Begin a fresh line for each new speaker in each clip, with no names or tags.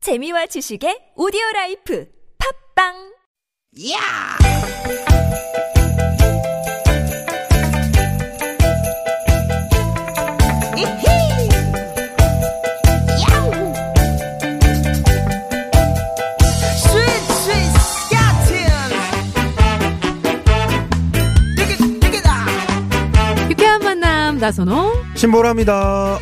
재미와 지식의 오디오 라이프 팝빵
야! 이히! 야우! 스윗 스윗 스캇틴! 띠깃 띠깃아!
유쾌한 만남 나선홍
신보라입니다.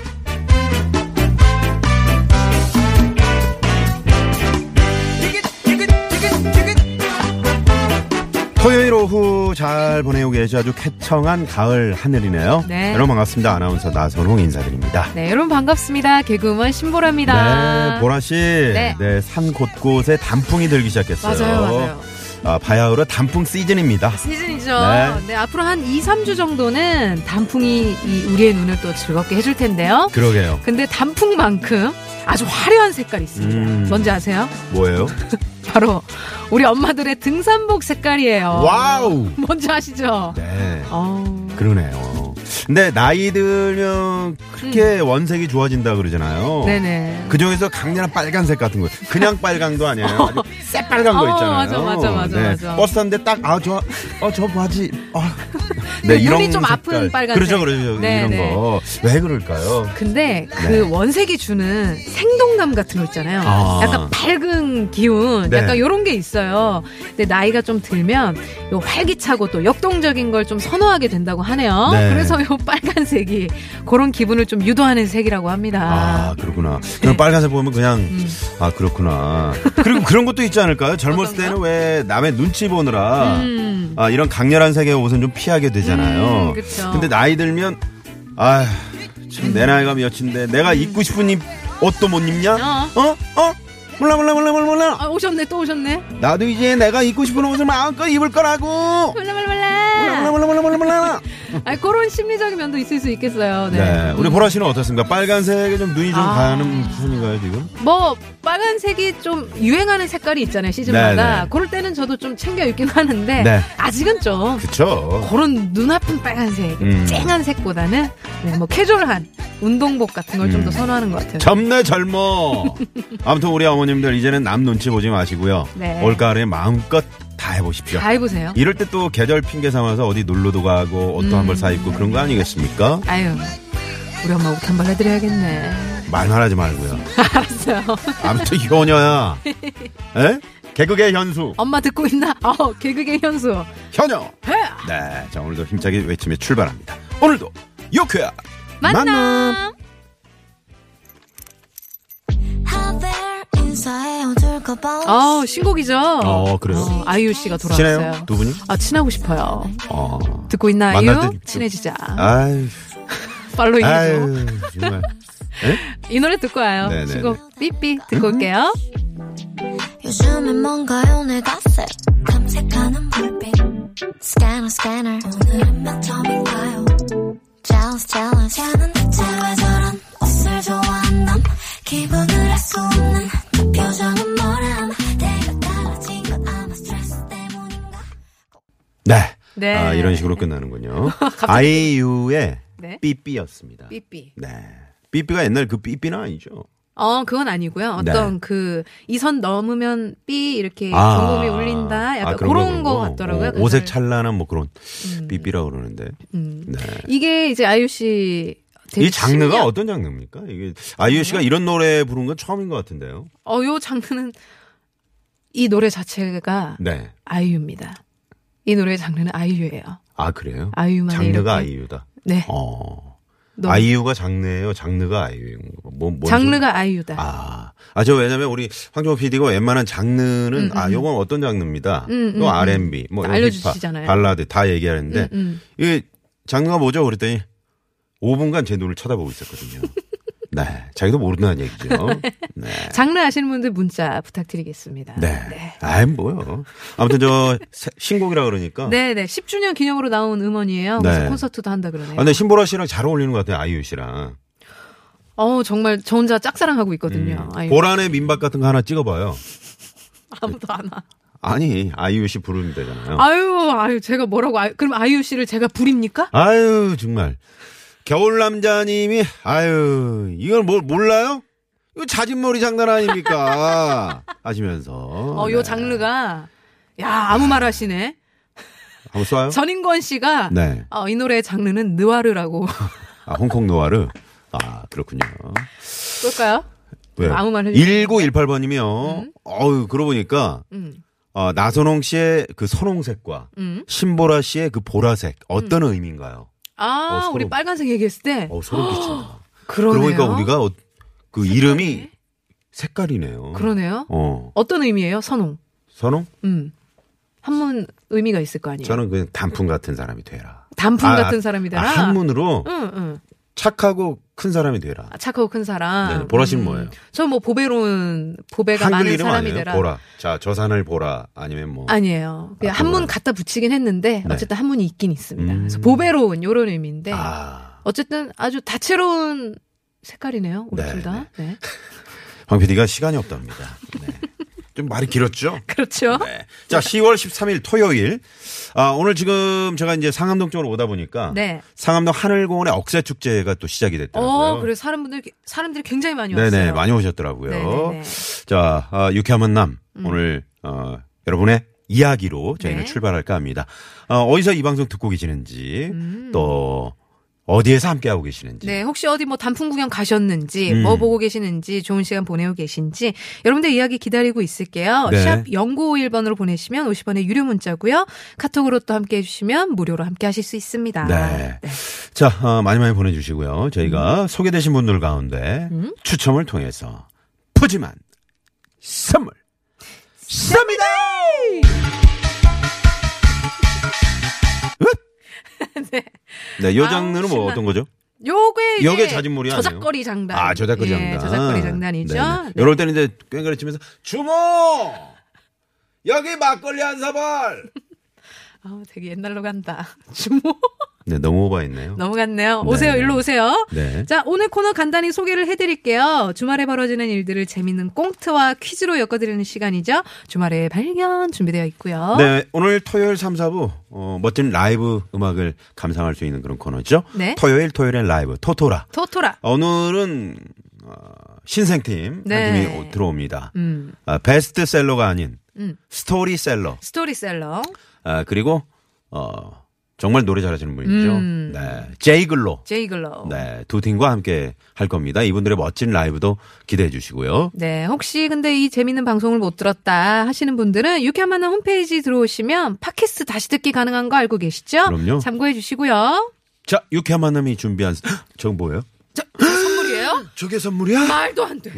띠깃 띠깃 띠깃 띠깃!
토요일 오후 잘 보내고 계셔 아주 쾌청한 가을 하늘이네요.
네.
여러분 반갑습니다. 아나운서 나선홍 인사드립니다.
네 여러분 반갑습니다 개그우먼 신보라입니다
네, 보라 씨.
네.
산 곳곳에 단풍이 들기 시작했어요.
맞아요 맞아요
아, 바야흐로 단풍 시즌입니다.
시즌이죠 네.
네.
앞으로 한 2, 3주 정도는 단풍이 이 우리의 눈을 또 즐겁게 해줄 텐데요
그러게요.
근데 단풍만큼 아주 화려한 색깔이 있습니다
음.
뭔지 아세요?
뭐예요?
그러니까. 바로 우리 엄마들의 등산복 색깔이에요
와우.
뭔지 아시죠?
네.
어...
그러네요. 근데 나이 들면 그렇게 원색이 좋아진다 그러잖아요.
음. 네네
그 중에서 강렬한 빨간색 같은 거. 그냥 빨강도 아니에요. 아주 새빨간 거
어,
있잖아요.
맞아, 맞아, 맞아,
네.
맞아.
버스 탔는데 딱, 아, 저, 어, 저 바지. 아.
근데 네, 눈이 좀 아픈 빨간색.
그렇죠, 그렇죠.
네,
이런
네.
거. 왜 그럴까요?
근데 그
네.
원색이 주는 생동감 같은 거 있잖아요.
아.
약간 밝은 기운,
네.
약간 요런 게 있어요. 근데 나이가 좀 들면 요 활기차고 또 역동적인 걸 좀 선호하게 된다고 하네요.
네.
그래서 요 빨간색이 그런 기분을 좀 유도하는 색이라고 합니다.
아, 그렇구나.
네.
그럼 빨간색 보면 그냥,
음.
아, 그렇구나. 그리고 그런 것도 있지 않을까요? 젊었을
어떤
때는 왜 남의 눈치 보느라,
음.
아, 이런 강렬한 색의 옷은 좀 피하게 되잖아요.
음, 그쵸.
근데 나이 들면, 아, 참 내 나이가 몇인데, 내가 입고 싶은 입, 옷도 못 입냐?
음. 어.
어? 어? 몰라, 몰라, 몰라, 몰라, 몰라.
아, 오셨네, 또 오셨네.
나도 이제 내가 입고 싶은 옷을 마음껏 입을 거라고.
몰라, 몰라,
몰라
몰라.
몰라 몰라 몰라 몰라.
아, 그런 심리적인 면도 있을 수 있겠어요.
네.
네.
우리 보라 씨는 어떻습니까? 빨간색에 좀 눈이 좀
아.
가는 편인가요 지금?
뭐 빨간색이 좀 유행하는 색깔이 있잖아요 시즌마다
네네.
그럴 때는 저도 좀 챙겨 입긴 하는데
네.
아직은 좀
그쵸.
그런 눈아픈 빨간색
음.
쨍한 색보다는 네, 뭐 캐주얼한 운동복 같은 걸 좀 더
음.
선호하는 것 같아요
젊네 젊어. 아무튼 우리 어머님들 이제는 남 눈치 보지 마시고요.
네.
올가을에 마음껏 다 해보십시오.
다 입으세요
이럴 때 또 계절 핑계 삼아서 어디 놀러도 가고
음.
옷도 한벌 사 입고 그런 거 아니겠습니까?
아유 우리 엄마 옷 한 벌 해드려야겠네
말 말하지 말고요.
알았어요
아무튼 효녀야. 에? 개그계 현수.
엄마 듣고 있나? 어 개그계 현수
현영. 네, 자 오늘도 힘차게 외침에 출발합니다. 오늘도 요크야
만나,
How there 인사해 어둘까봐
어 신곡이죠
어, 그래요?
아이유 씨가 돌아왔어요
친해요 두 분이?
아 친하고 싶어요
어.
듣고 있나
만날
아이유?
때 좀-
친해지자
아유,
팔로잉 해줘.
아유, 정말.
이 노래 듣고 와요.
네네네.
신곡 삐삐 듣고 올게요.
요즘엔 뭔가요 내 가슴 탐색하는 불빛 스캐너 스캐너 오늘은 몇 점인가요 Jealous jealous 쟤는 대체 왜 저런 옷을 좋아한담 기분을 알 수 없는 그 표정은 뭐람 내가 달라진 건 아마 스트레스 때문인가
네.
네.
아, 이런 식으로 끝나는군요. 아이유의
네.
삐삐였습니다.
삐삐.
네. 삐삐가 옛날 그 삐삐는 아니죠.
어, 그건 아니고요. 어떤 그, 이 선 넘으면 삐 이렇게
네. 아.
경고음이 울린다. 약간
아,
그런, 거
그런
같더라고요. 네. 음. 그래서-
오, 오색 찬란한 뭐 그런 삐삐라고 그러는데.
음.
네.
이게 이제 아이유 씨. 되게
이 장르가
신기한-
어떤 장르입니까? 이게 아이유
음.
씨가 이런 노래 부른 건 처음인 것 같은데요.
어, 요 장르는 이 노래 자체가
네.
아이유입니다. 이 노래의 장르는 아이유예요.
아 그래요?
아이유만의
장르가
이렇게.
아이유다.
네.
어.
너무-
아이유가 장르예요. 장르가 아이유인 거. 뭐, 뭔
장르가 아이유다.
좀- 아, 아, 저 왜냐면 우리 황정호 PD가 웬만한 장르는 아, 요건 어떤 장르입니다.
음,
또
음,
R&B, 뭐 이런
알려주시잖아요.
힙합, 발라드 다 얘기하는데
음.
이게 장르가 뭐죠? 그랬더니 5분간 제 눈을 쳐다보고 있었거든요. 네, 자기도 모른다는 얘기죠. 네.
장르 아시는 분들 문자 부탁드리겠습니다.
네. 아이, 뭐요. 아무튼 저 새- 신곡이라 그러니까.
네네. 10주년 기념으로 나온 음원이에요. 그래서
네.
콘서트도 한다 그러네요.
아, 근데 신보라 씨랑 잘 어울리는 것 같아요. 아이유 씨랑.
어 정말 저 혼자 짝사랑하고 있거든요. 아유,
음. 보란의 민박 같은 거 하나 찍어봐요.
아무도 안 와.
아니 아이유 씨 부르면 되잖아요.
아유 아유 제가 뭐라고 아유, 그럼 아이유 씨를 제가 부립니까?
아유 정말 겨울 남자님이 아유 이걸 뭘 몰라요? 이거 자진몰이 장난 아닙니까? 하시면서.
어, 요
네.
장르가 야 아무 말 하시네.
한번 쏴요?
전인권 씨가
어? 네.
어, 이 노래의 장르는 느와르라고
아, 홍콩 노아르. 아, 그렇군요.
볼까요?
왜요?
아무 말 해주세요.
1918번님이요. 어우, 그러고 보니까,
음.
어, 나선홍 씨의 그 선홍색과
음.
신보라 씨의 그 보라색, 어떤 의미인가요?
아
어, 소름.
우리 빨간색 얘기했을 때
어, 소름 끼친다.
네. 아, 그러네요. 네.
그러니까 우리가 어, 그 이름이 색깔이네요.
그러네요.
어,
어떤 의미예요, 선홍?
선홍?
음. 한문 의미가 있을 거 아니에요.
저는 그냥 단풍 같은 사람이 되라.
단풍
아,
같은
아,
사람이 예. 되라.
아, 한문으로
응, 응.
착하고 큰 사람이 되라.
아, 착하고 큰 사람. 음.
네, 보라 씨는 뭐예요?
저뭐 보배로운 보배가 많은 사람이 되라.
보라. 자, 저 산을 보라. 아니면 뭐.
아니에요. 그냥
아,
한문
보라요?
갖다 붙이긴 했는데
네.
어쨌든 한문이 있긴 있습니다.
음.
그래서 보배로운 요런 의미인데
아.
어쨌든 아주 다채로운 색깔이네요. 우리
네,
둘 다. 네.
황 PD가 시간이 없답니다. 네. 좀 말이 길었죠?
그렇죠.
네. 자, 10월 13일 토요일. 아, 오늘 지금 제가 이제 상암동 쪽으로 오다 보니까.
네.
상암동 하늘공원의 억새축제가 또 시작이 됐더라고요.
어, 그래서 사람분들 사람들이 굉장히 많이 왔어요.
네네, 많이 오셨더라고요.
네네네.
자, 아, 유쾌한 만남. 오늘, 어, 여러분의 이야기로 저희는
음. 네.
출발할까 합니다. 어, 어디서 이 방송 듣고 계시는지, 또, 어디에서 함께하고
음.
계시는지.
네, 혹시 어디 뭐 단풍 구경 가셨는지,
음.
뭐 보고 계시는지, 좋은 시간 보내고 계신지, 여러분들 이야기 기다리고 있을게요.
네.
샵 0951번으로 보내시면 50원의 유료 문자고요 카톡으로 또 함께 해주시면 무료로 함께 하실 수 있습니다.
네. 자, 어, 많이 많이 보내주시고요.
음.
저희가 소개되신 분들 가운데 추첨을 통해서 푸짐한 선물 쏩니다!
네.
네, 요
아우,
장르는 뭐
신나.
어떤 거죠?
요게 이제
요게 자진몰이 아니에요?
저작거리 장단.
아, 저작거리
예,
장난.
저작거리 장난이죠.
네네.
네.
이럴 때는 이제 꽹가리 치면서 주모! 여기 막걸리 한 사발!
아우, 되게 옛날로 간다. 주모.
네, 너무 오버했네요.
넘어갔네요.
네.
오세요, 일로 오세요.
네.
자, 오늘 코너 간단히 소개를 해드릴게요. 주말에 벌어지는 일들을 재밌는 꽁트와 퀴즈로 엮어드리는 시간이죠. 주말에 발견 준비되어 있고요.
네, 오늘 토요일 3, 4부, 어, 멋진 라이브 음악을 감상할 수 있는 그런 코너죠.
네.
토요일, 토요일엔 라이브, 토토라.
토토라.
오늘은, 어, 신생팀
네.
한 팀이 들어옵니다.
음.
아, 베스트셀러가 아닌
음.
스토리셀러.
스토리셀러.
아, 그리고, 어, 정말 노래 잘하시는 분이죠.
음.
네. 제이글로.
제이글러.
네, 두 팀과 함께 할 겁니다. 이분들의 멋진 라이브도 기대해 주시고요.
네, 혹시 근데 이 재밌는 방송을 못 들었다 하시는 분들은 유쾌한 만남 홈페이지 들어오시면 팟캐스트 다시 듣기 가능한 거 알고 계시죠?
그럼요. 만남이
참고해 주시고요.
자, 유쾌한 만남이 준비한 헉, 저거 뭐예요?
선물이에요?
저게 선물이야?
말도 안 돼.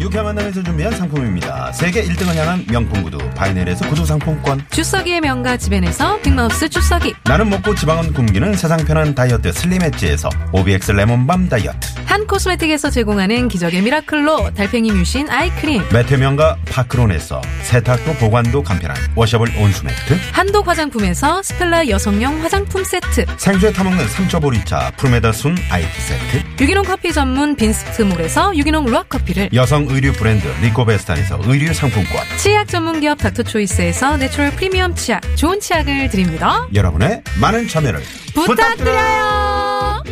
유쾌한 만남에서 준비한 상품입니다. 세계 1등을 향한 명품 구두 바이넬에서 구두 상품권.
주석이의 명가 집엔에서 빅마우스 주석이.
나는 먹고 지방은 굶기는 세상 편한 다이어트 슬림 엣지에서 오비엑스 레몬밤 다이어트.
한 코스메틱에서 제공하는 기적의 미라클로 달팽이 뮤신 아이크림.
매태명과 파크론에서 세탁도 보관도 간편한 워셔블 온수 매트.
한독 화장품에서 스펠라 여성용 화장품 세트.
생수에 타먹는 삼초보리차 프르메다순 아이티 세트.
유기농 커피 전문 빈스트몰에서 유기농 루아커피를.
여성 의류 브랜드 리코베스탄에서 의류 상품권.
치약 전문 기업 닥터초이스에서 내추럴 프리미엄 치약. 좋은 치약을 드립니다.
여러분의 많은 참여를 부탁드려요.
부탁드려요.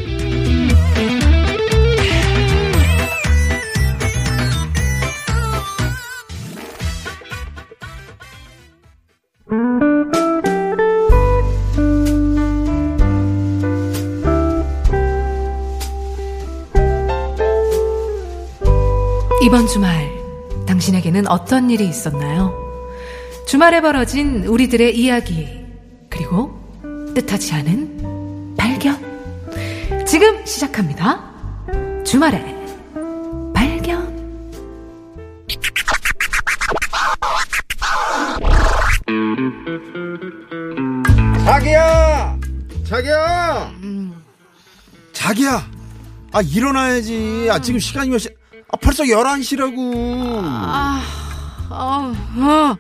이번 주말 당신에게는 어떤 일이 있었나요? 주말에 벌어진 우리들의 이야기 그리고 뜻하지 않은 발견 지금 시작합니다. 주말에 발견
자기야, 자기야, 자기야. 아 일어나야지. 아 지금 시간이 몇 시? 아 벌써 1 1 시라고.
아, 아,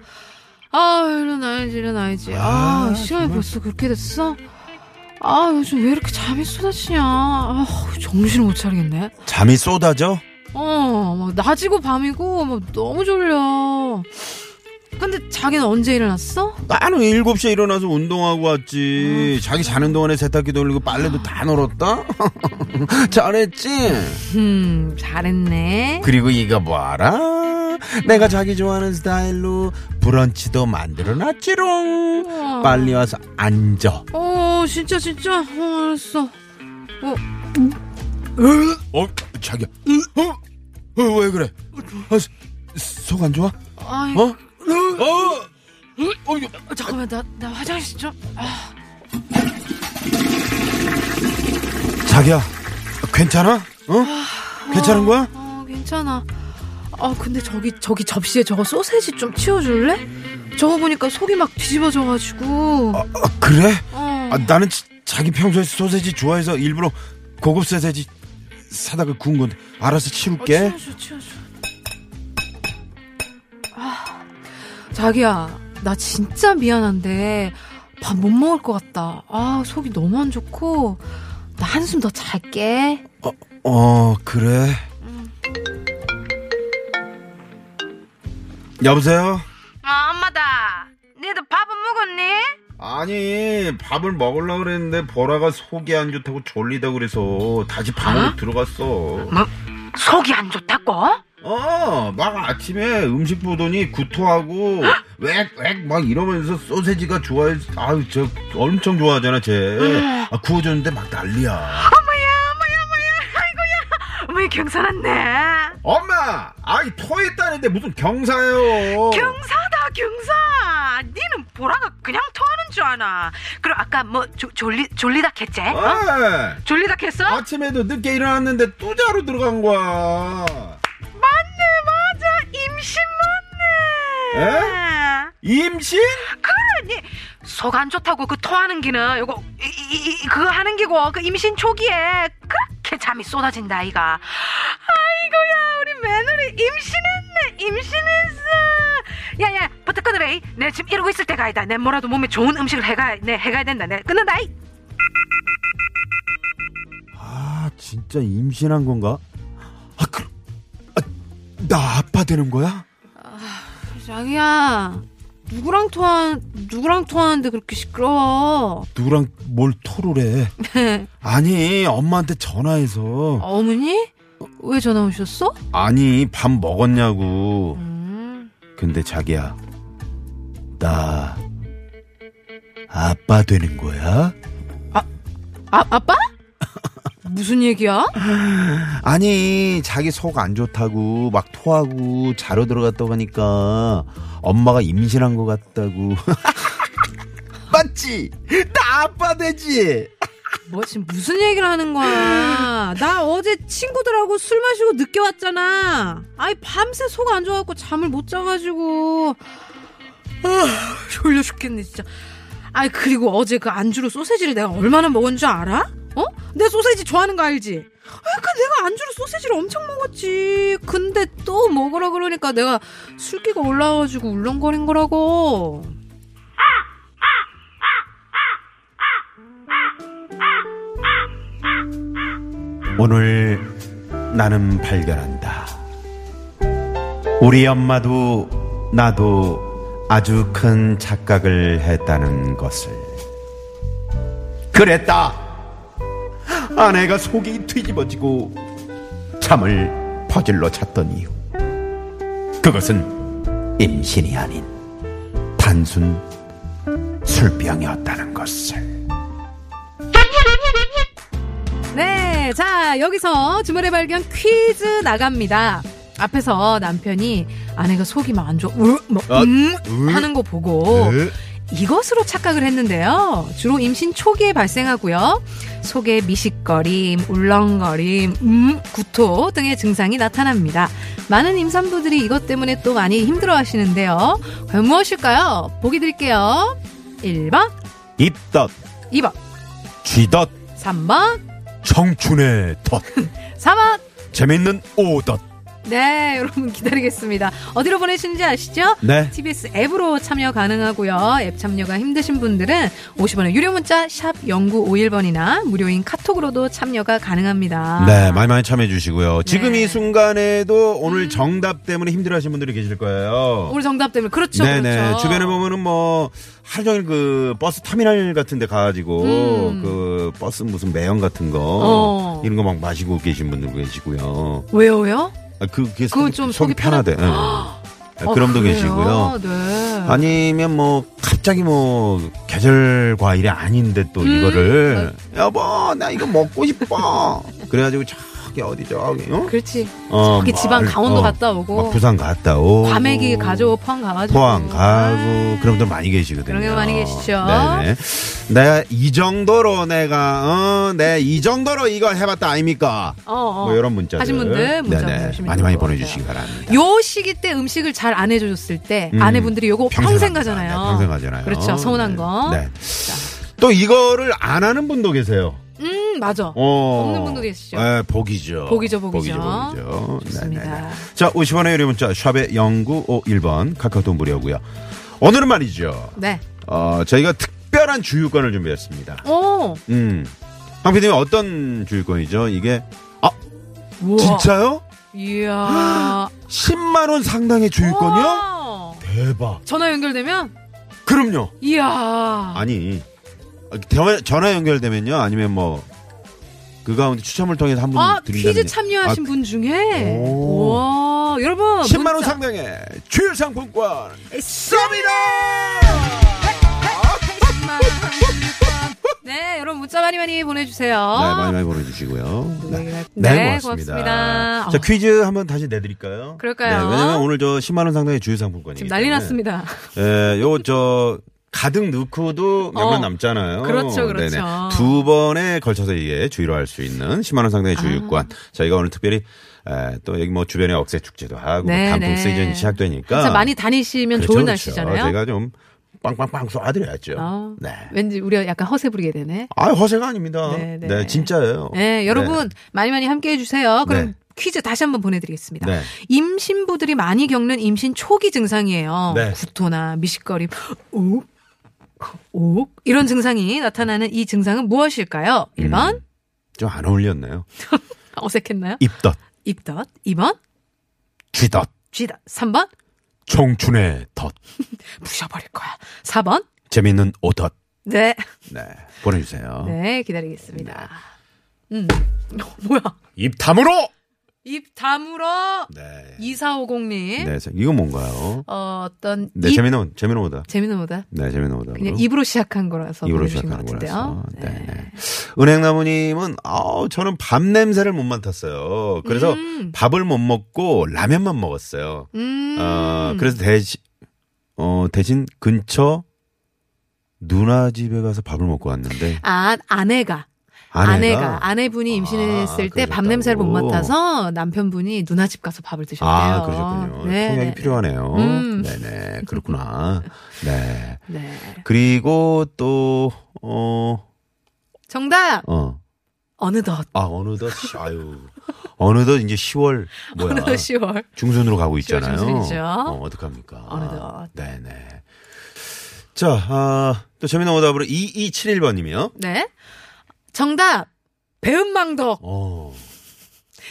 아 일어나야지 일어나야지 아,
아,
시간이 벌써 그렇게 됐어? 아 요즘 왜 이렇게 잠이 쏟아지냐 아, 정신을 못 차리겠네
잠이 쏟아져.
어, 막 낮이고 밤이고 막 너무 졸려. 근데 자기는 언제 일어났어?
나는 7시에 일어나서 운동하고 왔지. 자기 자는 동안에 세탁기 돌리고 빨래도 다 널었다? 잘했지?
음, 잘했네.
그리고 이거 봐라. 내가 자기 좋아하는 스타일로 브런치도 만들어 놨지롱. 빨리 와서 앉아.
어, 진짜, 진짜. 어, 알았어. 어,
어, 자기야. 어, 어, 왜 그래? 속 안 좋아?
아이,
어? 어? 어, 이거
잠깐만, 나, 나 화장실 좀. 아,
자기야, 괜찮아? 어? 괜찮은 거야?
어, 괜찮아. 아, 근데 저기, 저기 접시에 저거 소세지 좀 치워줄래? 저거 보니까 속이 막 뒤집어져가지고.
아, 아, 그래?
어.
아, 나는 지- 자기 평소에 소세지 좋아해서 일부러 고급 소세지 사다가 구운 건데 알아서 치울게.
어, 치워줘, 치워줘. 아, 자기야, 나 진짜 미안한데 밥 못 먹을 것 같다. 아, 속이 너무 안 좋고 나 한숨 더 잘게.
어, 어, 그래. 여보세요?
아, 엄마다. 니들 밥은 먹었니?
아니 밥을 먹으려고 그랬는데 보라가 속이 안 좋다고 졸리다고 그래서 다시 방으로 들어갔어
뭐, 속이 안 좋다고?
어막 아침에 음식 보더니 구토하고 웩웩 막 이러면서 소세지가 좋아해 아유 저 엄청 좋아하잖아 쟤 아, 구워줬는데 막 난리야
어머니 경사났네.
엄마 아이 토했다는데 무슨 경사예요
경사다 경사. 니는 보라가 그냥 토하는 줄 아나. 그럼 아까 뭐 조, 졸리 졸리다 했지?
아,
졸리다 했어?
아침에도 늦게 일어났는데 또 자러 들어간 거야
맞네 맞아 임신 맞네
임신?
그러니 속 안 좋다고 그 토하는 기는 요거 이, 이, 이- 그거 하는 기고 그 임신 초기에 그렇게 잠이 쏟아진다 아이가 아이고야 우리 며느리 임신했네 임신했어 야야 버터 끊으래 내 지금 이러고 있을 때가 아니다 내 뭐라도 몸에 좋은 음식을 해가 내 해가야 된다 내 끊는다 이
아 진짜 임신한 건가? 아 그럼 아, 나 아빠 되는 거야?
자기야 누구랑 토하 누구랑 토하는데 그렇게 시끄러워 어,
누구랑 뭘 토를 해? 아니 엄마한테 전화해서
어머니 왜 전화 오셨어?
아니 밥 먹었냐고
음.
근데 자기야 나 아빠 되는 거야?
아, 아빠? 무슨 얘기야?
아니 자기 속 안 좋다고 막 토하고 자러 들어갔다고 하니까 엄마가 임신한 것 같다고 맞지? 나 아빠 되지?
뭐 지금 무슨 얘기를 하는 거야? 나 어제 친구들하고 술 마시고 늦게 왔잖아. 아이 밤새 속 안 좋아갖고 잠을 못 자가지고 아, 졸려 죽겠네 진짜. 아이 그리고 어제 그 안주로 소세지를 내가 얼마나 먹은 줄 알아? 어? 내 소세지 좋아하는 거 알지? 아, 그 내가 안주로 소세지를 엄청 먹었지. 근데 또 먹으라 그러니까 내가 술기가 올라와가지고 울렁거린 거라고.
오늘 나는 발견한다. 우리 엄마도 나도 아주 큰 착각을 했다는 것을. 그랬다! 아내가 속이 뒤집어지고 잠을 퍼질러 잤던 이유. 그것은 임신이 아닌 단순 술병이었다는 것을.
네, 자 여기서 주말의 발견 퀴즈 나갑니다. 앞에서 남편이 아내가 속이 막 안 좋아, 으, 뭐,
아,
음,
으.
하는 거 보고 이것으로 착각을 했는데요. 주로 임신 초기에 발생하고요. 속에 미식거림, 울렁거림, 음, 구토 등의 증상이 나타납니다. 많은 임산부들이 이것 때문에 또 많이 힘들어 하시는데요. 과연 무엇일까요? 보기 드릴게요. 1번,
입덧,
2번,
쥐덧,
3번,
청춘의 덧.
4번,
재밌는 오덧.
네, 여러분 기다리겠습니다. 어디로 보내시는지 아시죠?
네.
TBS 앱으로 참여 가능하고요. 앱 참여가 힘드신 분들은 50원의 유료 문자 샵 0951번이나 무료인 카톡으로도 참여가 가능합니다. 아,
네, 많이 많이 참여해 주시고요. 지금
네.
이 순간에도 오늘
음.
정답 때문에 힘들어하시는 분들이 계실 거예요.
오늘 정답 때문에 그렇죠.
네네.
그렇죠.
주변에 보면은 뭐, 하루 종일 그 버스 터미널 같은 데 가가지고, 그 버스 무슨 매연 같은 거,
음. 어.
이런 거 막 마시고 계신 분들도 계시고요.
왜요, 왜요?
아, 그, 그게
그건
속이,
좀
속이
속이 편하-
편하대. 예. 아, 그럼도
그래요?
계시고요.
네.
아니면 뭐 갑자기 뭐 계절 과일이 아닌데 또
음.
이거를
네.
여보 나 이거 먹고 싶어 그래가지고 저기 어디 저기 어?
그렇지.
어,
저기
막,
지방 강원도
어,
갔다 오고
막 부산 갔다 오고
과메기 가져 포항 가가지고
포항 가고
아.
그런 분들 많이 계시거든요.
그런 게 많이 계시죠.
네네. 내가 이 정도로 내가 어내이 정도로 이거 해봤다 아닙니까?
어, 어.
뭐 이런 문자들
하신 분들 문자
네네
보내주시면
많이 많이
좋을 것
보내주시기 바랍니다.
요 시기 때 음식을 잘 안 해줘줬을 때
음.
아내분들이 요거 뭐 평생,
합니다.
가잖아요.
네, 평생 가잖아요.
그렇죠. 서운한
네.
거.
네. 또 이거를 안 하는 분도 계세요.
음 맞아.
어.
없는 분도 계시죠.
네, 복이죠.
복이죠, 복이죠.
복이죠, 복이죠.
좋습니다.
자, 50원의 유료 문자 샵의 0951번 카카오톡 무료고요. 오늘은 말이죠.
네.
어, 저희가 특별한 주유권을 준비했습니다.
오.
음. 황 PD님 어떤 주유권이죠? 이게 아,
우와.
진짜요?
이야.
10만 원 상당의 주유권이요?
우와.
대박.
전화 연결되면
그럼요.
이야.
아니 대화- 전화 연결되면요 아니면 뭐 그 가운데 추첨을 통해서 한 분
아
드린다는
퀴즈
얘기.
참여하신 분 중에
오.
와 여러분
아, 10만 원
문자.
상당의 주유 상품권
네 여러분 문자 많이 많이 보내주세요.
네 많이 많이 보내주시고요
네,
네,
네, 고맙습니다.
자
어.
퀴즈 한번 다시 내드릴까요?
그럴까요?
네, 왜냐면 오늘 저 10만 원 상당의 주유 상품권이
지금 난리 났습니다.
예, 요저 가득 넣고도
어.
몇만 남잖아요.
그렇죠, 그렇죠.
두 번에 걸쳐서 이게 주의로 할 수 있는 10만 원
아.
상당의 주유권. 저희가 오늘 특별히 에, 또 여기 뭐 주변에 억새 축제도 하고 뭐
네,
단풍
네.
시즌 시작되니까
진짜 많이 다니시면
아. 그렇죠,
좋은
그렇죠.
날씨잖아요.
제가 좀 빵빵빵 쏴드려야죠.
어,
네.
왠지 우리가 약간 허세 부리게 되네.
아 허세가 아닙니다.
네,
네,
네.
진짜예요.
네, 여러분 많이 많이 함께 해주세요. 그럼
어. 네.
퀴즈 다시 한번 보내드리겠습니다.
네.
임신부들이 많이 겪는 임신 초기 증상이에요.
네.
구토나 미식거림, 옥, 옥 이런 증상이 나타나는 이 증상은 무엇일까요? 1번
음. 좀 안 어울렸나요?
어색했나요?
입덧,
입덧. 2번
쥐덧,
쥐덧. 3번
청춘의 덧,
부셔버릴 거야. 4번
재밌는 오덧.
네,
네 보내주세요.
네 기다리겠습니다.
네.
음, 어, 뭐야?
입 담으로.
입 다물어.
네.
2450님.
네, 자, 이건 뭔가요?
어, 어떤
네,
입
재미는 재미는 오다.
재밌는 보다
네, 재미는 오다.
그냥 입으로 시작한 거라서
입으로
보내주신
시작하는
것
거라서.
같은데요.
네, 네. 은행나무님은 아우 저는 밥 냄새를 못 맡았어요. 그래서
음.
밥을 못 먹고 라면만 먹었어요.
음.
어, 그래서 대신 어 대신 근처 누나 집에 가서 밥을 먹고 왔는데
아 아내가
아내가
아내가 아내분이 임신했을
아,
때 밥
그러셨다고.
냄새를 못 맡아서 남편분이 누나 집 가서 밥을 드셨대요.
아, 그러셨군요.
네,
통역이
네.
필요하네요.
음.
네네 그렇구나. 네
네.
그리고 또어
정답
어.
어느덧
아, 어느덧, 씨, 아유. 어느덧 이제 10월, 뭐야.
어느덧 10월.
중순으로 가고 있잖아요.
중순이죠.
어, 어떡합니까.
어느덧.
네네. 자, 아, 또 재미난 오답으로 2271번님이요.
네. 정답 배은망덕.
어.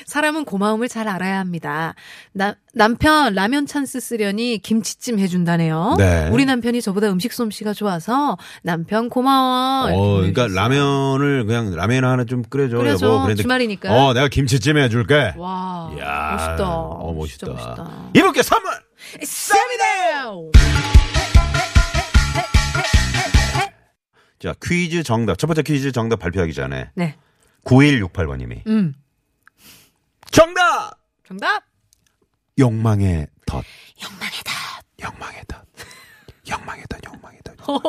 사람은 고마움을 잘 알아야 합니다. 나- 남편 라면 찬스 쓰려니 김치찜 해준다네요.
네.
어? 우리 남편이 저보다 음식 솜씨가 좋아서 남편 고마워. 이렇게
어, 그러니까
보내주셨어요.
라면을 그냥 라면 하나 좀 끓여줘.
그래서
여보. 그랬는데
주말이니까.
어, 내가 김치찜 해줄게.
와
이야.
멋있다.
어, 멋있다. 예,
진짜 멋있다.
이분께 선물! 자, 퀴즈 정답. 첫 번째 퀴즈 정답 발표하기 전에
네,
9168번님이
음
정답!
정답.
욕망의 덫. 욕망의 덫. 욕망의 덫. 욕망의 덫.
어,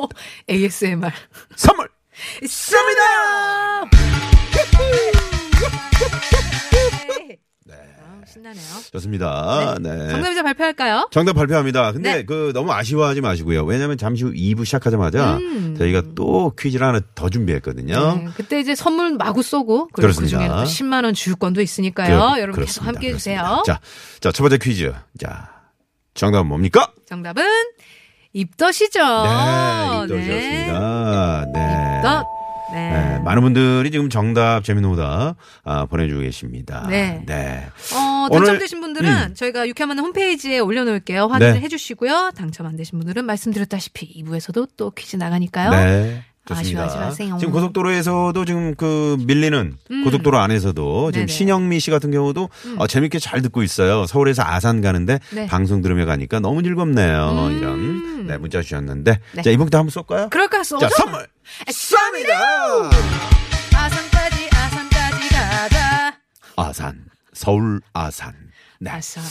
ASMR.
선물!
쏩니다.
네.
아, 신나네요.
좋습니다. 네.
정답자 발표할까요?
정답 발표합니다. 근데
네.
그 너무 아쉬워하지 마시고요. 왜냐면 잠시 후 2부 시작하자마자
음.
저희가 또 퀴즈를 하나 더 준비했거든요.
네, 그때 이제 선물 마구 쏘고 그리고 그
그렇습니다.
중에 또 10만 원 주유권도 있으니까요.
그렇-
여러분 계속
그렇습니다.
함께해 주세요.
그렇습니다. 자, 자, 첫 번째 퀴즈. 자, 정답은 뭡니까?
정답은 입덧이죠.
네, 입덧이었습니다. 네.
입덧. 네.
네, 많은 분들이 지금 정답 재미노다 아, 보내주고 계십니다.
네.
네.
어,
오늘- 음.
당첨되신 분들은 저희가 유쾌한 만남 홈페이지에 올려놓을게요. 확인을
네.
해주시고요. 당첨 안 되신 분들은 말씀드렸다시피 2부에서도 또 퀴즈 나가니까요.
네. 좋습니다.
아쉬워하지 마세요. 음.
지금 고속도로에서도 지금 그 밀리는 고속도로 안에서도
네네.
지금
음.
신영미 씨 같은 경우도 어, 재밌게 잘 듣고 있어요. 서울에서 아산 가는데
네. 음.
방송 들으며 가니까 너무 즐겁네요. 이런 네, 문자 주셨는데
네.
자 이번부터 한번 쏠까요?
그럴까 쏘죠?
자 선물 쏩니다.
아산까지 아산까지 가자.
아산 서울 아산. 네.
아산.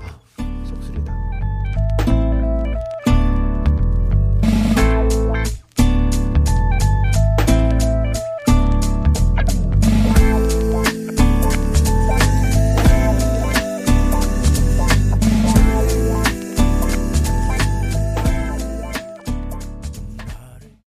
아,